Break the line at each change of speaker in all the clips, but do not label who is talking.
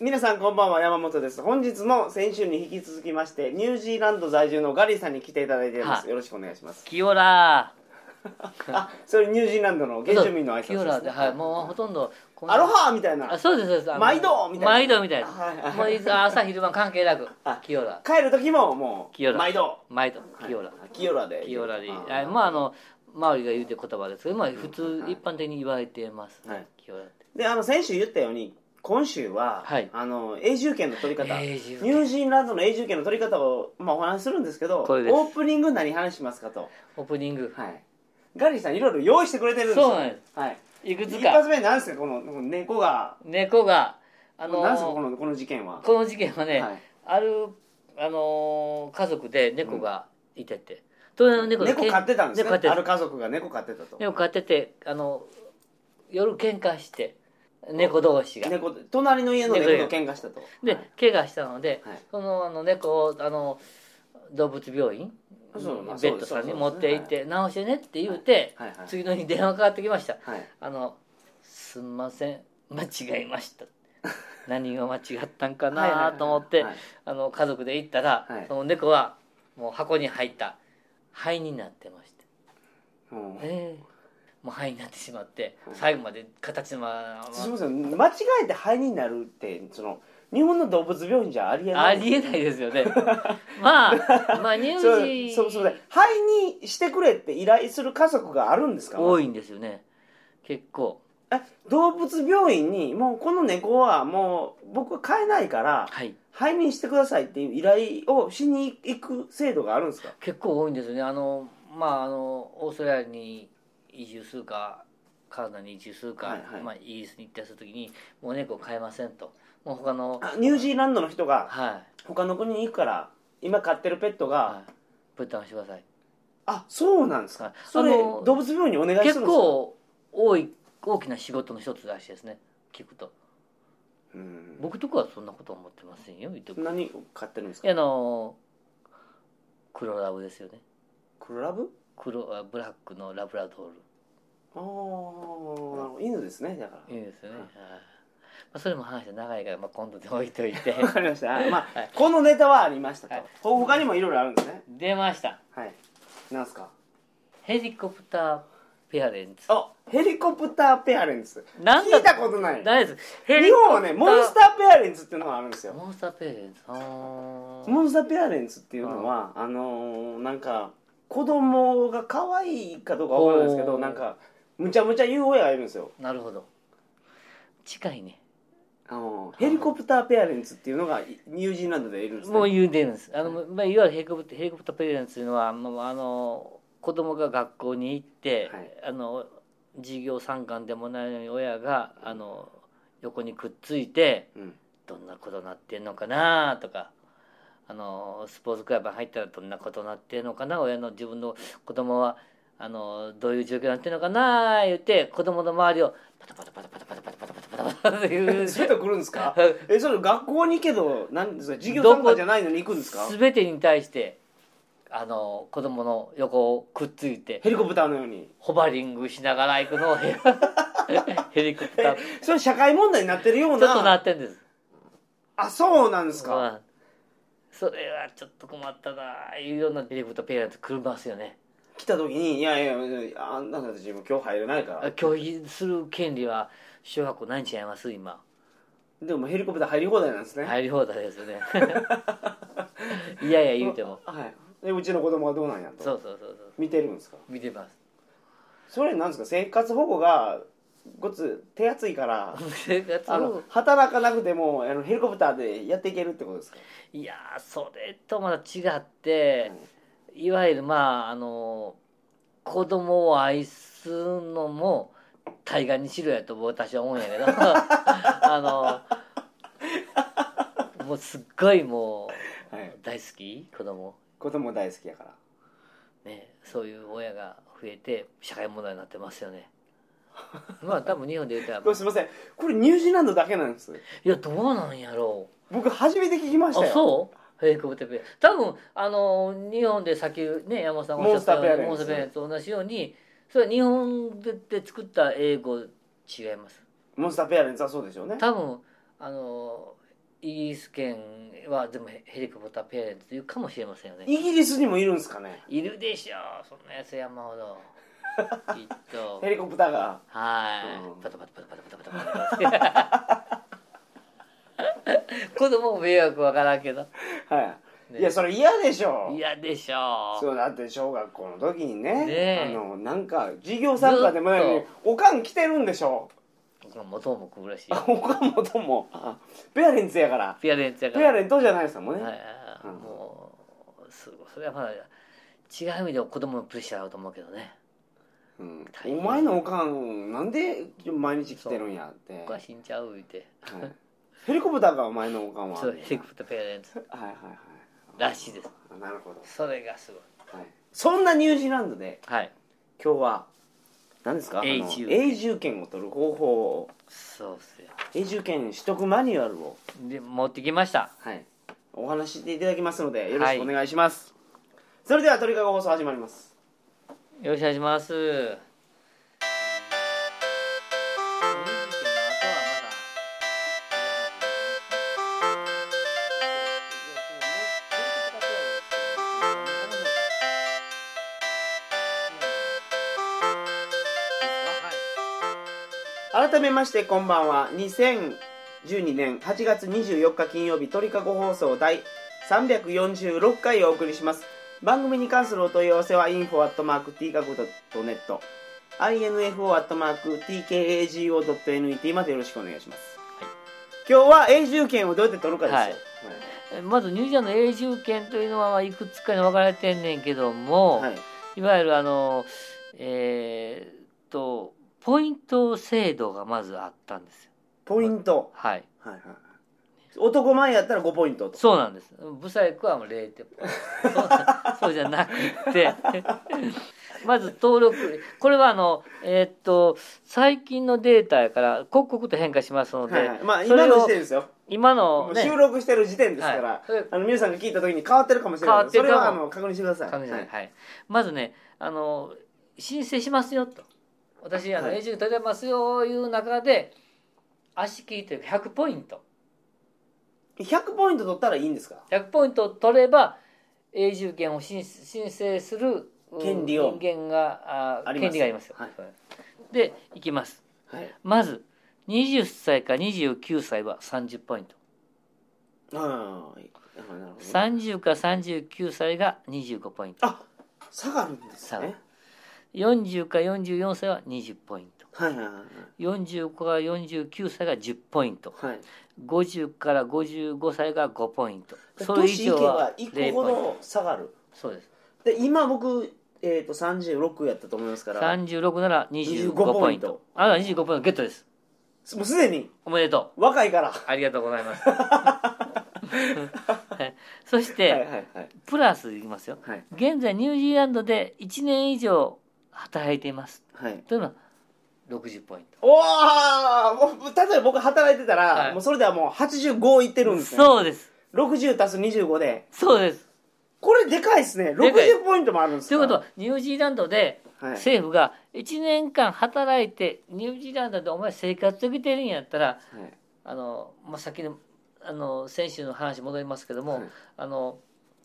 皆さんこんばんは山本です本日も先週に引き続きましてニュージーランド在住のガリーさんに来ていただいています、
はい
よろしくお願いします
キオラ
あそれニュージーラン ドの原住民の挨
キオ
拶
ラ
です、ね、
で、はい、もうほとんどこんな
アロハみたいな
あそうですそうですあの
毎度みたいな
毎度みたいな、
はいはい
もういつ朝昼晩関係なく
あ
キオラ
帰る時もも
キオ
う
ラ
毎度
毎度キオラ、
キオラで
キオラで
あ
あまああの周りが言うてる言葉ですけど、まあ、普通一般的に言われてます、
はい
キオラって
であの先週言ったように今週は、
はい
あの永住権の取り方ニ
永
ュ
住権
ージーランドの永住権の取り方を、まあ、お話しするんですけどオ
これです
ープニング何話しますかと、
オープニング、
はい、ガリーさんいろいろ用意してくれてるんですよ
そうなんです
はい、
い、くつ
一
か
発目何ですかこのこの猫が、
猫があの
何ですかこのこの事件は、
この事件はね、
はい
ある、あのー家族で猫がいてて、当然猫
猫飼ってたんですね
猫飼って
ある家族が猫飼ってたと
猫飼っててあの夜喧嘩して猫同士が
猫隣の家の猫と喧嘩したと
で
はい
怪我したので、
はい
そのあの猫をあの動物病院ベ
そうまあ
ッド
そ
さんに
うです
持って行って「治してね」って言うて、
はいはい
次の日電話かかってきました
はい
「あのすんません間違え ました」何が間違ったんかなと思って
はいはい
あの家族で行ったら、
はい
その猫はもう箱に入った灰になってまして。
うん
ええもう灰になってしまって、
はい
最後まで形のま
すみ
ま
ません間違えて肺になるってその日本の動物病院じゃありえ
あ
ない
りえないですよね まあまあ乳
そう
児
そうそう肺にしてくれって依頼する家族があるんですか
多
い
いんですよね結構
動物病院にもうこの猫はもう僕は飼えないから
はい
肺にしてくださいっていう依頼をしに行く制度があるんですか
結構多いんですよねあのまああのオーストラリアに移住するかカナダに移住するか、
はいはい
まあ、イギリスに行ったりするときにもう猫飼えませんともう他の
あニュージーランドの人が
はい
他の国に行くから今飼ってるペットが、
はい分担してください
あそうなんですか、
はい
それ
あの
動物病院にお願いするんです
結
か
構多い大きな仕事の一つらしいですね聞くと
うん
僕とかはそんなことは思ってませんよ言っておく
何を飼ってるんです
いや
か
あの黒ラブですよね
クラブ
黒あブラックのラブラドー
ああなるほど犬ですねだか
ルいいですよね、
はい
はいまあ、それも話が長いから、まあ、今度で置いとい て
らわかりま した、はいまあ
はい
このネタはありましたと、
はい
ほ他にもいろいろあるんですね
出ました
はいなんですか
ヘリコプターペアレンツ
あヘリコプターペアレンツ
なんだ
聞いたことない
誰ですヘ
日本はねモンスターペアレンツっていうのがあるんですよ
モンスターペアレンツあー
モンスターペアレンツっていうのはあのーなんか子供が可愛いかどうかわからないですけ
お
ど
ー
なんかむちゃむちゃ言う親がいるんですよ
なるほど近いね
あのヘリコプターペアレンツっていうのがいニュージーランドでいるんです、ね、
もう言うてるんですあの、まあ、いわゆるヘリコプターヘリコプターペアレンツというのはあのあの子供が学校に行って、
はい
あの授業参観でもないのに親があの横にくっついて
うん
どんなことなってんのかなとかあのスポーツクラブ入ったらどんなことなってんのかな親の自分の子供はあのどういう状況になってんのかな言って子供の周りをパタパタパタパタパタパタパタパタパタっていう
そういう人来るんです かえそれ学校にけどなんですか授業
どこ
参加じゃないのに行くんですか
全てに対してあの子供の横をくっついて
ヘリコプターのように
ホバリングしながら行くのをヘ ヘリコプターち
それ社会問題になってるよう
ょ
な
っとなってんです
あそうなんですか、
うんそれはちょっと困ったないうようなヘリコプターペアレンツ来ますよね
来た時にいやいやあんなたたちも今日入れないから
拒否する権利は小学校何ちゃいます今
でもヘリコプター入り放題なんですね
入り放題ですよね いやいや言うて も
はいでうちの子供はどうなんやと
そうそうそうそう
見てるんですか
見てます
それなんですか生活保護がごつ手厚いから
生活
あの働かなくてもあのヘリコプターでやっていけるってことですか
いやーそれとまた違って、いわゆるまああの子供を愛すのも対岸にしろやと私は思うんやけど あのもうすっごいもう、
はい
大好き子供
子供大好きやから
ねそういう親が増えて社会問題になってますよねまあ多分日本 で言ったら、
これすいませんこれニュージーランドだけなんです
いやどうなんやろう
僕初めて聞きました
あ
よ
そうヘリコプターペア多分あの日本でさっきね山本さんがおっしゃったように
モ
モ
ン
ン
ス
ス
タ
タ
ーペア
ーペ
レ
アレンツと同じようにそれは日本でで作った英語違います
モンスターペアレンツはそうでしょうね
多分あのイギリス圏は全部ヘヘリコプターペアレンツというかもしれませんよね
イギリスにもいるんですかね
いるでしょうそんなやつ山ほどきっと
ヘリコプターが
はい、
うん
パタパタパタパタパタパタパタ子供も迷惑わからんけど
はい、
ね
いやそれ嫌でしょ
嫌でしょ
そうだって小学校の時にね
ねえ
あのなんか授業参加でもないの
ず
に
っ
おかん来てるんでしょ
う元も来るらしい
あ
よ
おかんもともあペアレンツやから
ペアレンツやか
ペア
ら
レントじゃないですもんね、
はい
うん
もうすごいそれはまだ違う意味で子供のプレッシャーだと思うけどね
うん
大変
お前のおかんなんで毎日来てるんやって、
おかしいんちゃう言うて
はいヘリコプターかお前のおかんは
そうヘリコプターペアレンツ
はいはいはい
らしいです
あなるほど、
それがすごい
はい、そんなニュージーランドで
はい
今日は何ですかあの
永住
永住権を取る方法を
そうっすよ
永住権取得マニュアルを、
で持ってきました
はい、お話ししていただきますのでよろしくお願いします、それでは鳥かご放送始まります
よろしくお願いします。入場券の後は
改めましてこんばんは2012年8月24日金曜日鳥かご放送第346回をお送りします番組に関するお問い合わせは info.tkago.net info.tkago.net までよろしくお願いします、
はい
今日は永住権をどうやって取るかですよ、
はいまだまずニュージーランドの永住権というのはいくつかに分かれてんねんけども、
はい
い、わゆるあのえーっとポイント制度がまずあったんですよ。
ポイント、
はい
はいはいはい、男前やったら5ポイントと
そうなんです。ブサイクはもう0点。そうそうじゃなくて。 まず登録。これはあの、えーっと、最近のデータやから、刻々と変化しますので、
はいはい、まあ
そ
今
れを
の時点ですよ、
今
も
の、
う
ね、
収録してる時点ですから、
はいそれ
あの皆さんが聞いた時に変わってるかもしれ
変
な
わ
い
って
そ
る
れ
かも
はあの確認してください
確認
は
はいい、まずね、あの、申請しますよと。私、あの、
はい
永住権取れますよ、いう中で、足切りというか100ポイント。
100ポイント取ったらいいんですか
100ポイント取れば永住権を申申請するうん
権利を
人間があ
あります
権利がありますよ、
はい
でいきます
はい
まず20歳から29歳は30ポイント
ああーなるほどね
30から39歳が25ポイント
あ下があるんですね
40から44歳は20ポイント
はいはいはい
45から49歳が10ポイント
はい
50から55歳が5ポイントそれ
年
以
いけ
上は
ばいく
0
ほ
ポイント
ど下がる
そうです
で今僕、えー、と36やったと思いますからも
36なら25
25
ポイントあなた25ポイントゲットです
うすでに
おめでと
若いから
う。ありがとうござ います。はいそして、
はいはいはい
プラスいきますよ。
はい
現在ニュージーランドで1年以上働いています。
はい
というのは60ポイント。
おーもう例えば僕働いてたら、
はい
もうそれではもう85いってるんですね
そうです。
60足す25で
そうです。
これでかいですね
でかい
60ポイントもあるんです
とい
か
うことは、ニュージーランドで
はい
政府が1年間働いて、ニュージーランドでお前生活できてるんやったら、
はい
あの、まあ、先の、あの、先週の話戻りますけども、
はい
あの、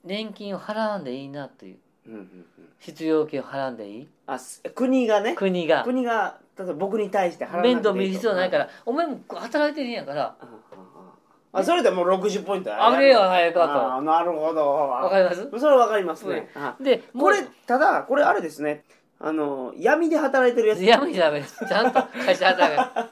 年金を払わんでいいなという、
うんうんうん
必要金を払わんでいい
あす国がね
国が。
国が例えば僕に対して払わなくていい
面
と
倒見る必要ないから、お前も働いてるんやから
ああああそれでもう60ポイント
あげよ早くあと
ああなるほど
わかります
それはわかりますね、あ
でも
こ
う
れただこれあれですねあの闇で働いてるやつ
やめちゃダメですちゃんと会社働か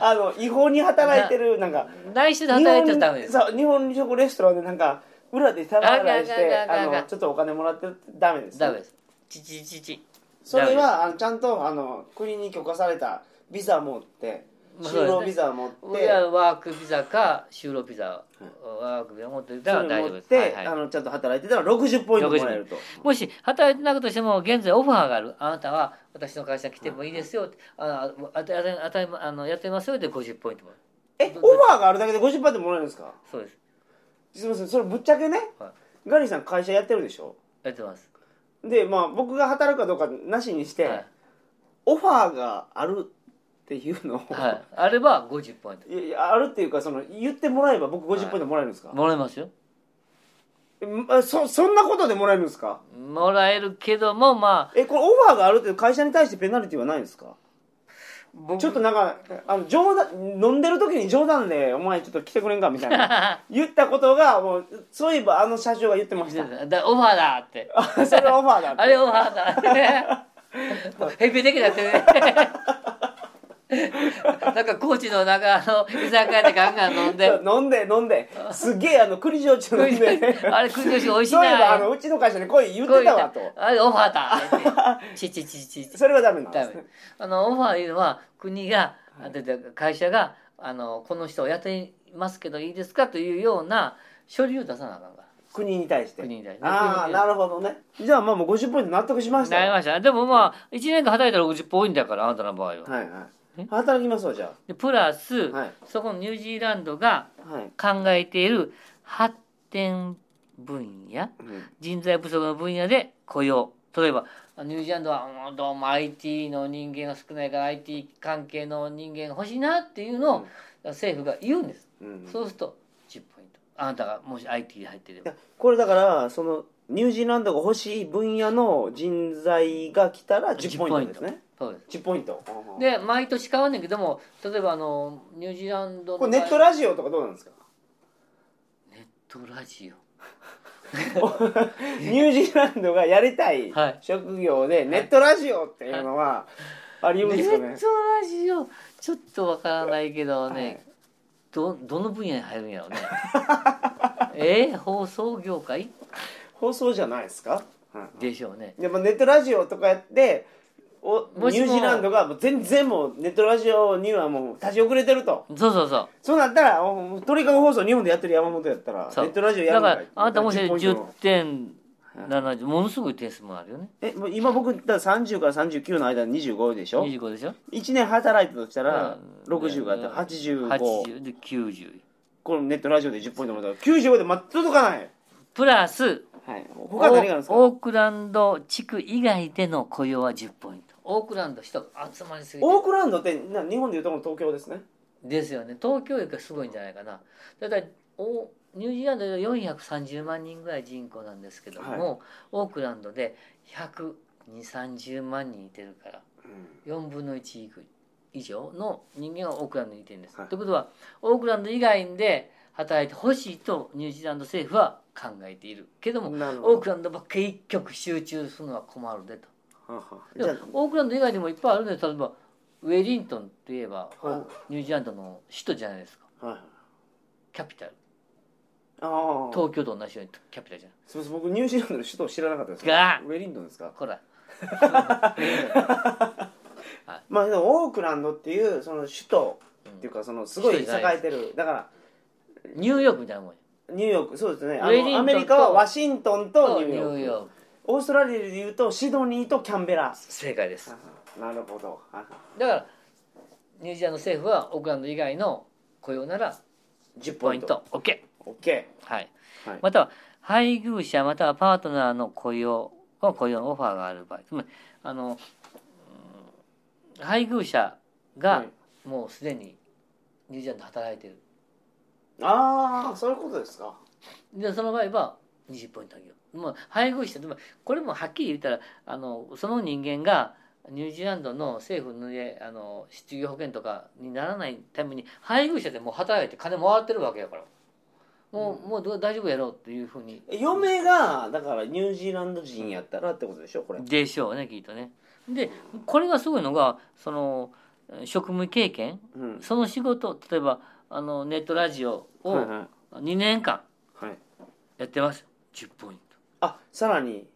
あの違法に働いてるなんか
内緒で働いてるダメです
そう日本食レストランでなんか裏で手洗いし
あかん
て
あかんあ
あ
かんあか
の
ん
ちょっとお金もらってるってダメです、
ダメですちちちち
それはあのちゃんとあの国に許可されたビザ持って
まあそう
就
ですね
労ビザ持って
俺はワークビザか就労ビザワークビザ持ってた
そ
ら
れ
大丈
持っ
夫です
て、
はい
あ
はい
のちゃんと働いてたら60ポイントもらえると
もし働いてなくとしても現在オファーがあるあなたは私の会社に来てもいいですよってあのあたあたあたあのやってますよって50ポイントもらう
えオファーがあるだけで50パーってもらえるんですか
そうです
すみませんそれぶっちゃけね、
は
ガリさん会社やってるでしょ
やってます
でまあ僕が働くかどうかなしにして、
はい
オファーがあるっていうのを、
はい、あれば50ポイン
いやいやあるっていうかその言ってもらえば僕50ポイントもらえるんですか、
トもらえますよ
えまそそんなことでもらえるんですか
もらえるけどもま
えこれオファーがあるっていう会社に対してペナルティはないんですか
あ僕
ちょっとなんかあの冗談飲んでる時に冗談で「お前ちょっと来てくれんか」み たいな言ったことがもうそういえばあの社長が言ってました
だオファーだって
あ それはオファーだって
あれオファーだってね もうヘビ的だってね なんか高知のなんかあの居酒屋でガンガン飲んで
飲んで飲んですげえあの栗焼酎飲んで
あれ栗焼酎美味しい
そ
な
ういえばあのうちの会社に来い言ってたわと
あれオファ ーだってちちちちち
それはダメなんで
ダ
す
メ
ね
あのオファーいうのは国が、でで会社があのこの人をやっていますけどいいですかというような書類を出さなあかんから
国に対して
国に対して
ああなるほどねじゃあまあもう50ポイント納得しました
なり
よ
ましたでもまあ1年間働いたら60ポイントやからあなたの場合は、
はいはい働きますわじゃ
でプラス、
はい
そこのニュージーランドが
あはい、
考えている発展分野
うん
人材不足の分野で雇用例えばニュージーランドはうんどうも IT の人間が少ないから IT 関係の人間が欲しいなっていうのを政府が言うんです、
うん
そうすると10ポイントあなたがもし IT で入っていれば
これだからそのニュージーランドが欲しい分野の人材が来たら10ポイントですね
そうです
10ポイント
で毎年変わんねんけども例えばあのニュージーランドの
これネットラジオとかどうなん ですか
ネットラジオ
ニュージーランドがやりたい
はい
職業でネットラジオっていうのはあります
ネッ
よ
ト
ね
ラジオちょっとわからないけどね、
はい
どどの分野に入るんや ろうねえー、放送業界
放送じゃないですかうん
でしょうね
でもネットラジオとかやってお
もし
ニ
も
ュージーランドがもう全然もうネットラジオにはもう立ち遅れてると
そうそうそう
そうなったらおトリカゴ放送日本でやってる山本やったらネ
そう
ットラジオや
だ
る
か
から
あなたもし
10ポイントの
10.70ものすごい点数もあるよね
えもう今僕だから30から39の間に25でしょ
25でしょ
1年働いたとしたら
うん
60があって85
80で90
このネットラジオで10ポイントもらったら95でま届かない
プラス
はい他何があるんですか
オークランド地区以外での雇用は10ポイントオークランド人が集まりすぎて
オークランドってな日本でいうとこの東京ですね
ですよね東京よりかすごいんじゃないかなだからおニュージーランドで430万人ぐらい人口なんですけども、オークランドで12030万人いてるから4分の1以上の人間はオークランドにいてるんです。
はい
ということはオークランド以外で働いてほしいとニュージーランド政府は考えているけども
なるほど
オークランドばっかり一極集中するのは困るでと。
はは
でもオークランド以外にもいっぱいあるんで例えばウェリントンといえば
は
ニュージーランドの首都じゃないですか
いはい
キャピタル
ああ
東京と同じようにキャピタルじゃない
すみません僕ニュージーランドの首都知らなかったです
が
ウェリントンですか
こら
まあでもオークランドっていうその首都っていうかそのすごい栄えてるだから
ニューヨークみたいなもんよ
ニューヨークそうですねあ
ウェ
の
リントンと
アメリカはワシントンとニュ
ニ
ーヨ
ュー
ーク
ヨーク
オーストラリアでいうとシドニーとキャンベラ
正解です
なるほど
だからニュージーランド政府はオークランド以外の雇用なら
10
ポ
ポ
イ
イ
ン
ン
ト
ト
OK、
OK
はい
はい
または配偶者またはパートナーの雇用を雇用のオファーがある場合つまりあのうん配偶者が
はい
もうすでにニュージーランドで働いてる
ああそういうことですか
でその場合は20ポイントあげようもう配偶者でもこれもはっきり言ったらあのその人間がニュージーランドの政府の,、ね、あの失業保険とかにならないために配偶者でもう働いて金もらってるわけやからもう,、もうどう大丈夫やろうっていうふうに
嫁がだからニュージーランド人やったらってことでしょこれ
でしょうねきっとねでこれがすごいのがその職務経験
うん
その仕事例えばあのネットラジオを
はいはい
2年間
はい
やってます10ポイント
あさらに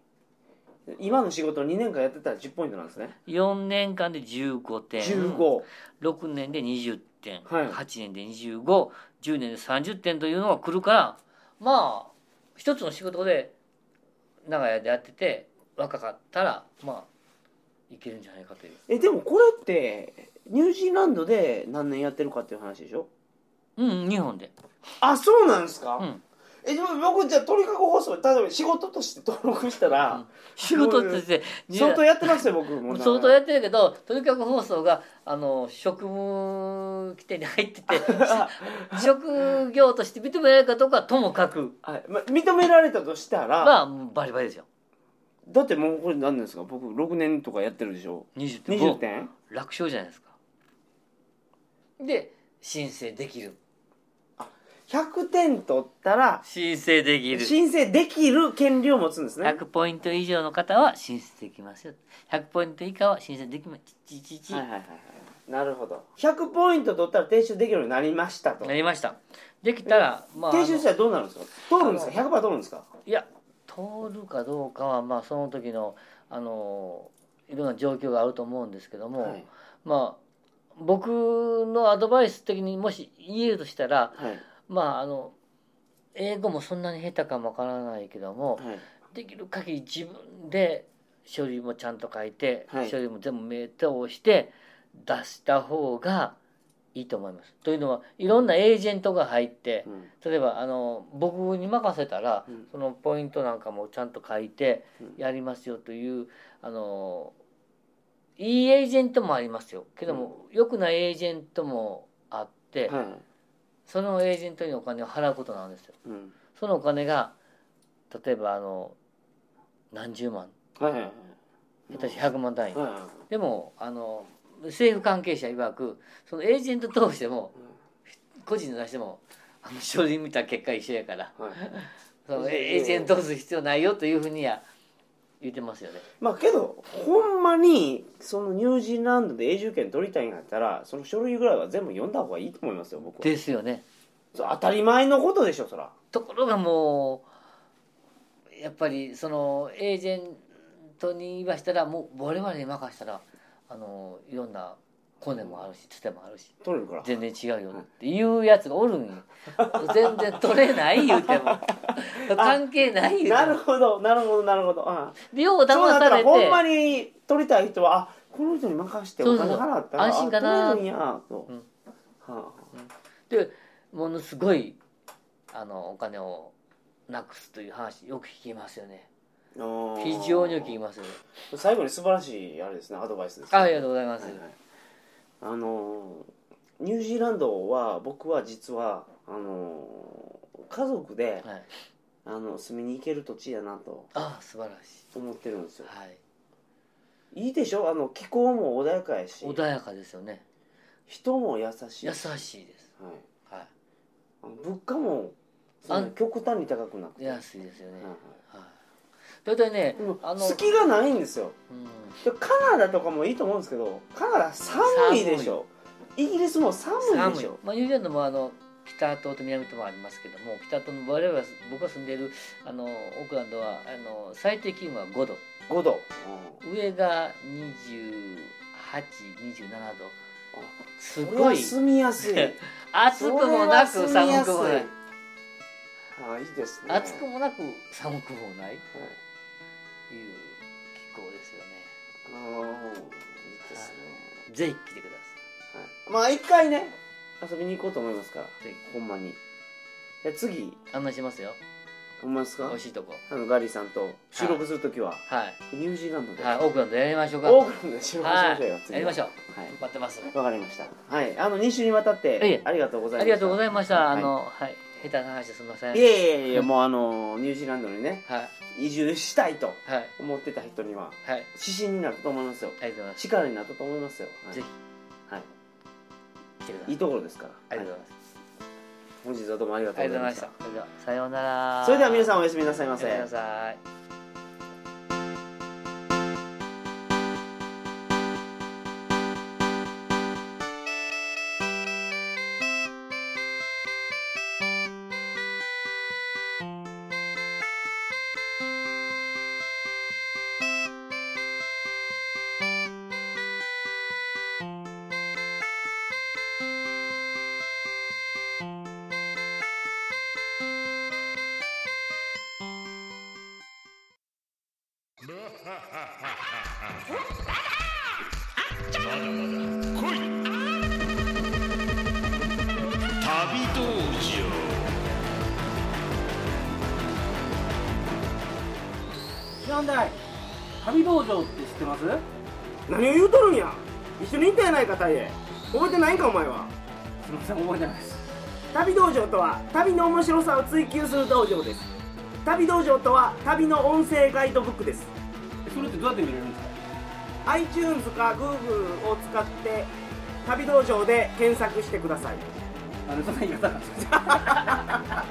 今の仕事を2年間やってたら10ポイントなんですね
4年間で15点
15
6年で20点、
はい
8年で2510年で30点というのが来るからまあ一つの仕事で長屋でやってて若かったらまあいけるんじゃないかという
えでもこれってニュージーランドで何年やってるかっていう話でしょ
うん日本で
あそうなんですか、
うん
えでも僕じゃあ鳥かご放送例えば仕事として登録したら
仕事として
相当やってますよ僕もな
相当やってるけどとにかく放送があの職務規定に入ってて 職業として認められるかどうかはともかく
はいま、認められたとしたら、
まあバリバリですよ
だってもうこれ何ですか僕6年とかやってるでしょ
20点
20点
楽勝じゃないですかで申請できる
100点取ったら
申請できる
申請できる権利を持つんですね
100ポイント以上の方は申請できますよ100ポイント以下は申請できまちちちち
はいはいはいはいなるほど100ポイント取ったら提出できるようになりましたと
なりましたできたらまああの
提出したらどうなるんですか通るんですか100%通るんですか
いや通るかどうかはまあその時のあのいろんな状況があると思うんですけども、
はい
まあ僕のアドバイス的にもし言えるとしたら
はい
まああの英語もそんなに下手かもわからないけども、
はい
できる限り自分で書類もちゃんと書いて、
はい
書類も全部目通して出した方がいいと思います。というのはいろんなエージェントが入って
うん
例えばあの僕に任せたら、
うん
そのポイントなんかもちゃんと書いて
うん
やりますよというあのいいエージェントもありますよけども、良くないエージェントもあって、
はい
そのエージェントにお金を払うことなんですよ。
うん
そのお金が例えばあの何十万
はいはいはい
下手し100万単位、
はいはいはい
でもあの政府関係者曰くそのエージェント通しても個人の出してもあの書類見た結果一緒やから
うんはい
そのエージェント通す必要ないよというふうには言ってますよね。
まあけどほんまにそのニュージーランドで永住権取りたいんだったらその書類ぐらいは全部読んだ方がいいと思いますよ僕は
ですよね。
そう当たり前のことでしょそら
ところがもうやっぱりそのエージェントに言いましたらもう我々に任せたらあのいろんなコネもあるしつてもあるし
取れるから
全然違うよっていうやつがおるんよ全然取れない言う ても関係ない言う
な
て
る
も
ほどなるほどなるほど、うん、
でよう騙
そうなっ
さ
た
れ
ら
て
ほんまに取りたい人はあこの人に任して
そ
お
うそう
金
そう
払ったら
安心かな
あ取れるんやと、
うん
は
でものすごいあのお金をなくすという話よく聞きますよね
ああー
非常によく聞きますよね
最後に素晴らしいあれですねアドバイスです、ね、
あありがとうございます、
はいはいあのーニュージーランドは僕は実はあのー家族で
はい、
あの住みに行ける土地やなと
ああ素晴らし
思ってるんです
い、
よ
はい、
いいでしょあの気候も穏やかやし
穏やかですよね
人も優しい
優
はい、
しいですは
あの物価もそんな
あん
極端に高くなく
い
て、はい
安いですよね、
は
はい、だいたいね
い、でも
あの
隙がないんですよ
うん
でカナダとかもいいと思うんですけどカナダ寒いでしょイギリスも寒いで
寒
し
い
ょ、
まあ、ニュージーランドもあの北島と南島もありますけども北島の我々は僕が住んでいるあのオークランドはあの最低気温は5度
5度、
上が2827度す
うん、これ
ご
はい住みやすい
暑くもなく
それは住み
寒
やす
くもない
ああいいですね
暑くもなく寒くもない
はい
いう気候ですよね
ああいいですね
ぜひ来てくだ
はい、まあ一回ね遊びに行こうと思いますから
さいぜ
ほんまにじゃあ次
ひ案内しますよ
ほんまですか
美味しいとこ
あのガリさんと収録するときは、
はい、
ニュージーランドで、
はい、オークランドやりましょうか
オークランドで収録しま
は
しょうよ、
いやりましょう
うはい
待ってます
わかりましたはいあの2週にわたっ
いえ
てありがとうございました
ありがとうございました。あ
はい
の、はい、下手な話ですみません。
いえいえいえもうあのニュージーランドにね
はい、
移住したいと
はい、
思ってた人には
はい、
指針になったと思いますよ
ありがとうございます。
力になったと思いますよ、はい、
ぜ
はい
ひ来てくださ
い
い。
いところですから
ありがとうござい
は
ます。
い本日はどうもありが
あ
とう
り
ご
が
ざ
と
いう
ござ
ま
いま
し
したた。それでは、さようなら。
それでは皆さ
ん、
んおやすみなさい
お
ま
やす
せ
みなさい。
まだまだ来い旅道場問題旅道場って知ってます
何を言うとるんや一緒にいたやないか太イ覚えてないんかお前は
すみません覚えてないです
旅道場とは旅の面白さを追求する道場です旅道場とは旅の音声ガイドブックです
えそれってどうやって見れるんですか
iTunes か Google を使って旅道場で検索してください
あのそんな言い方なんですか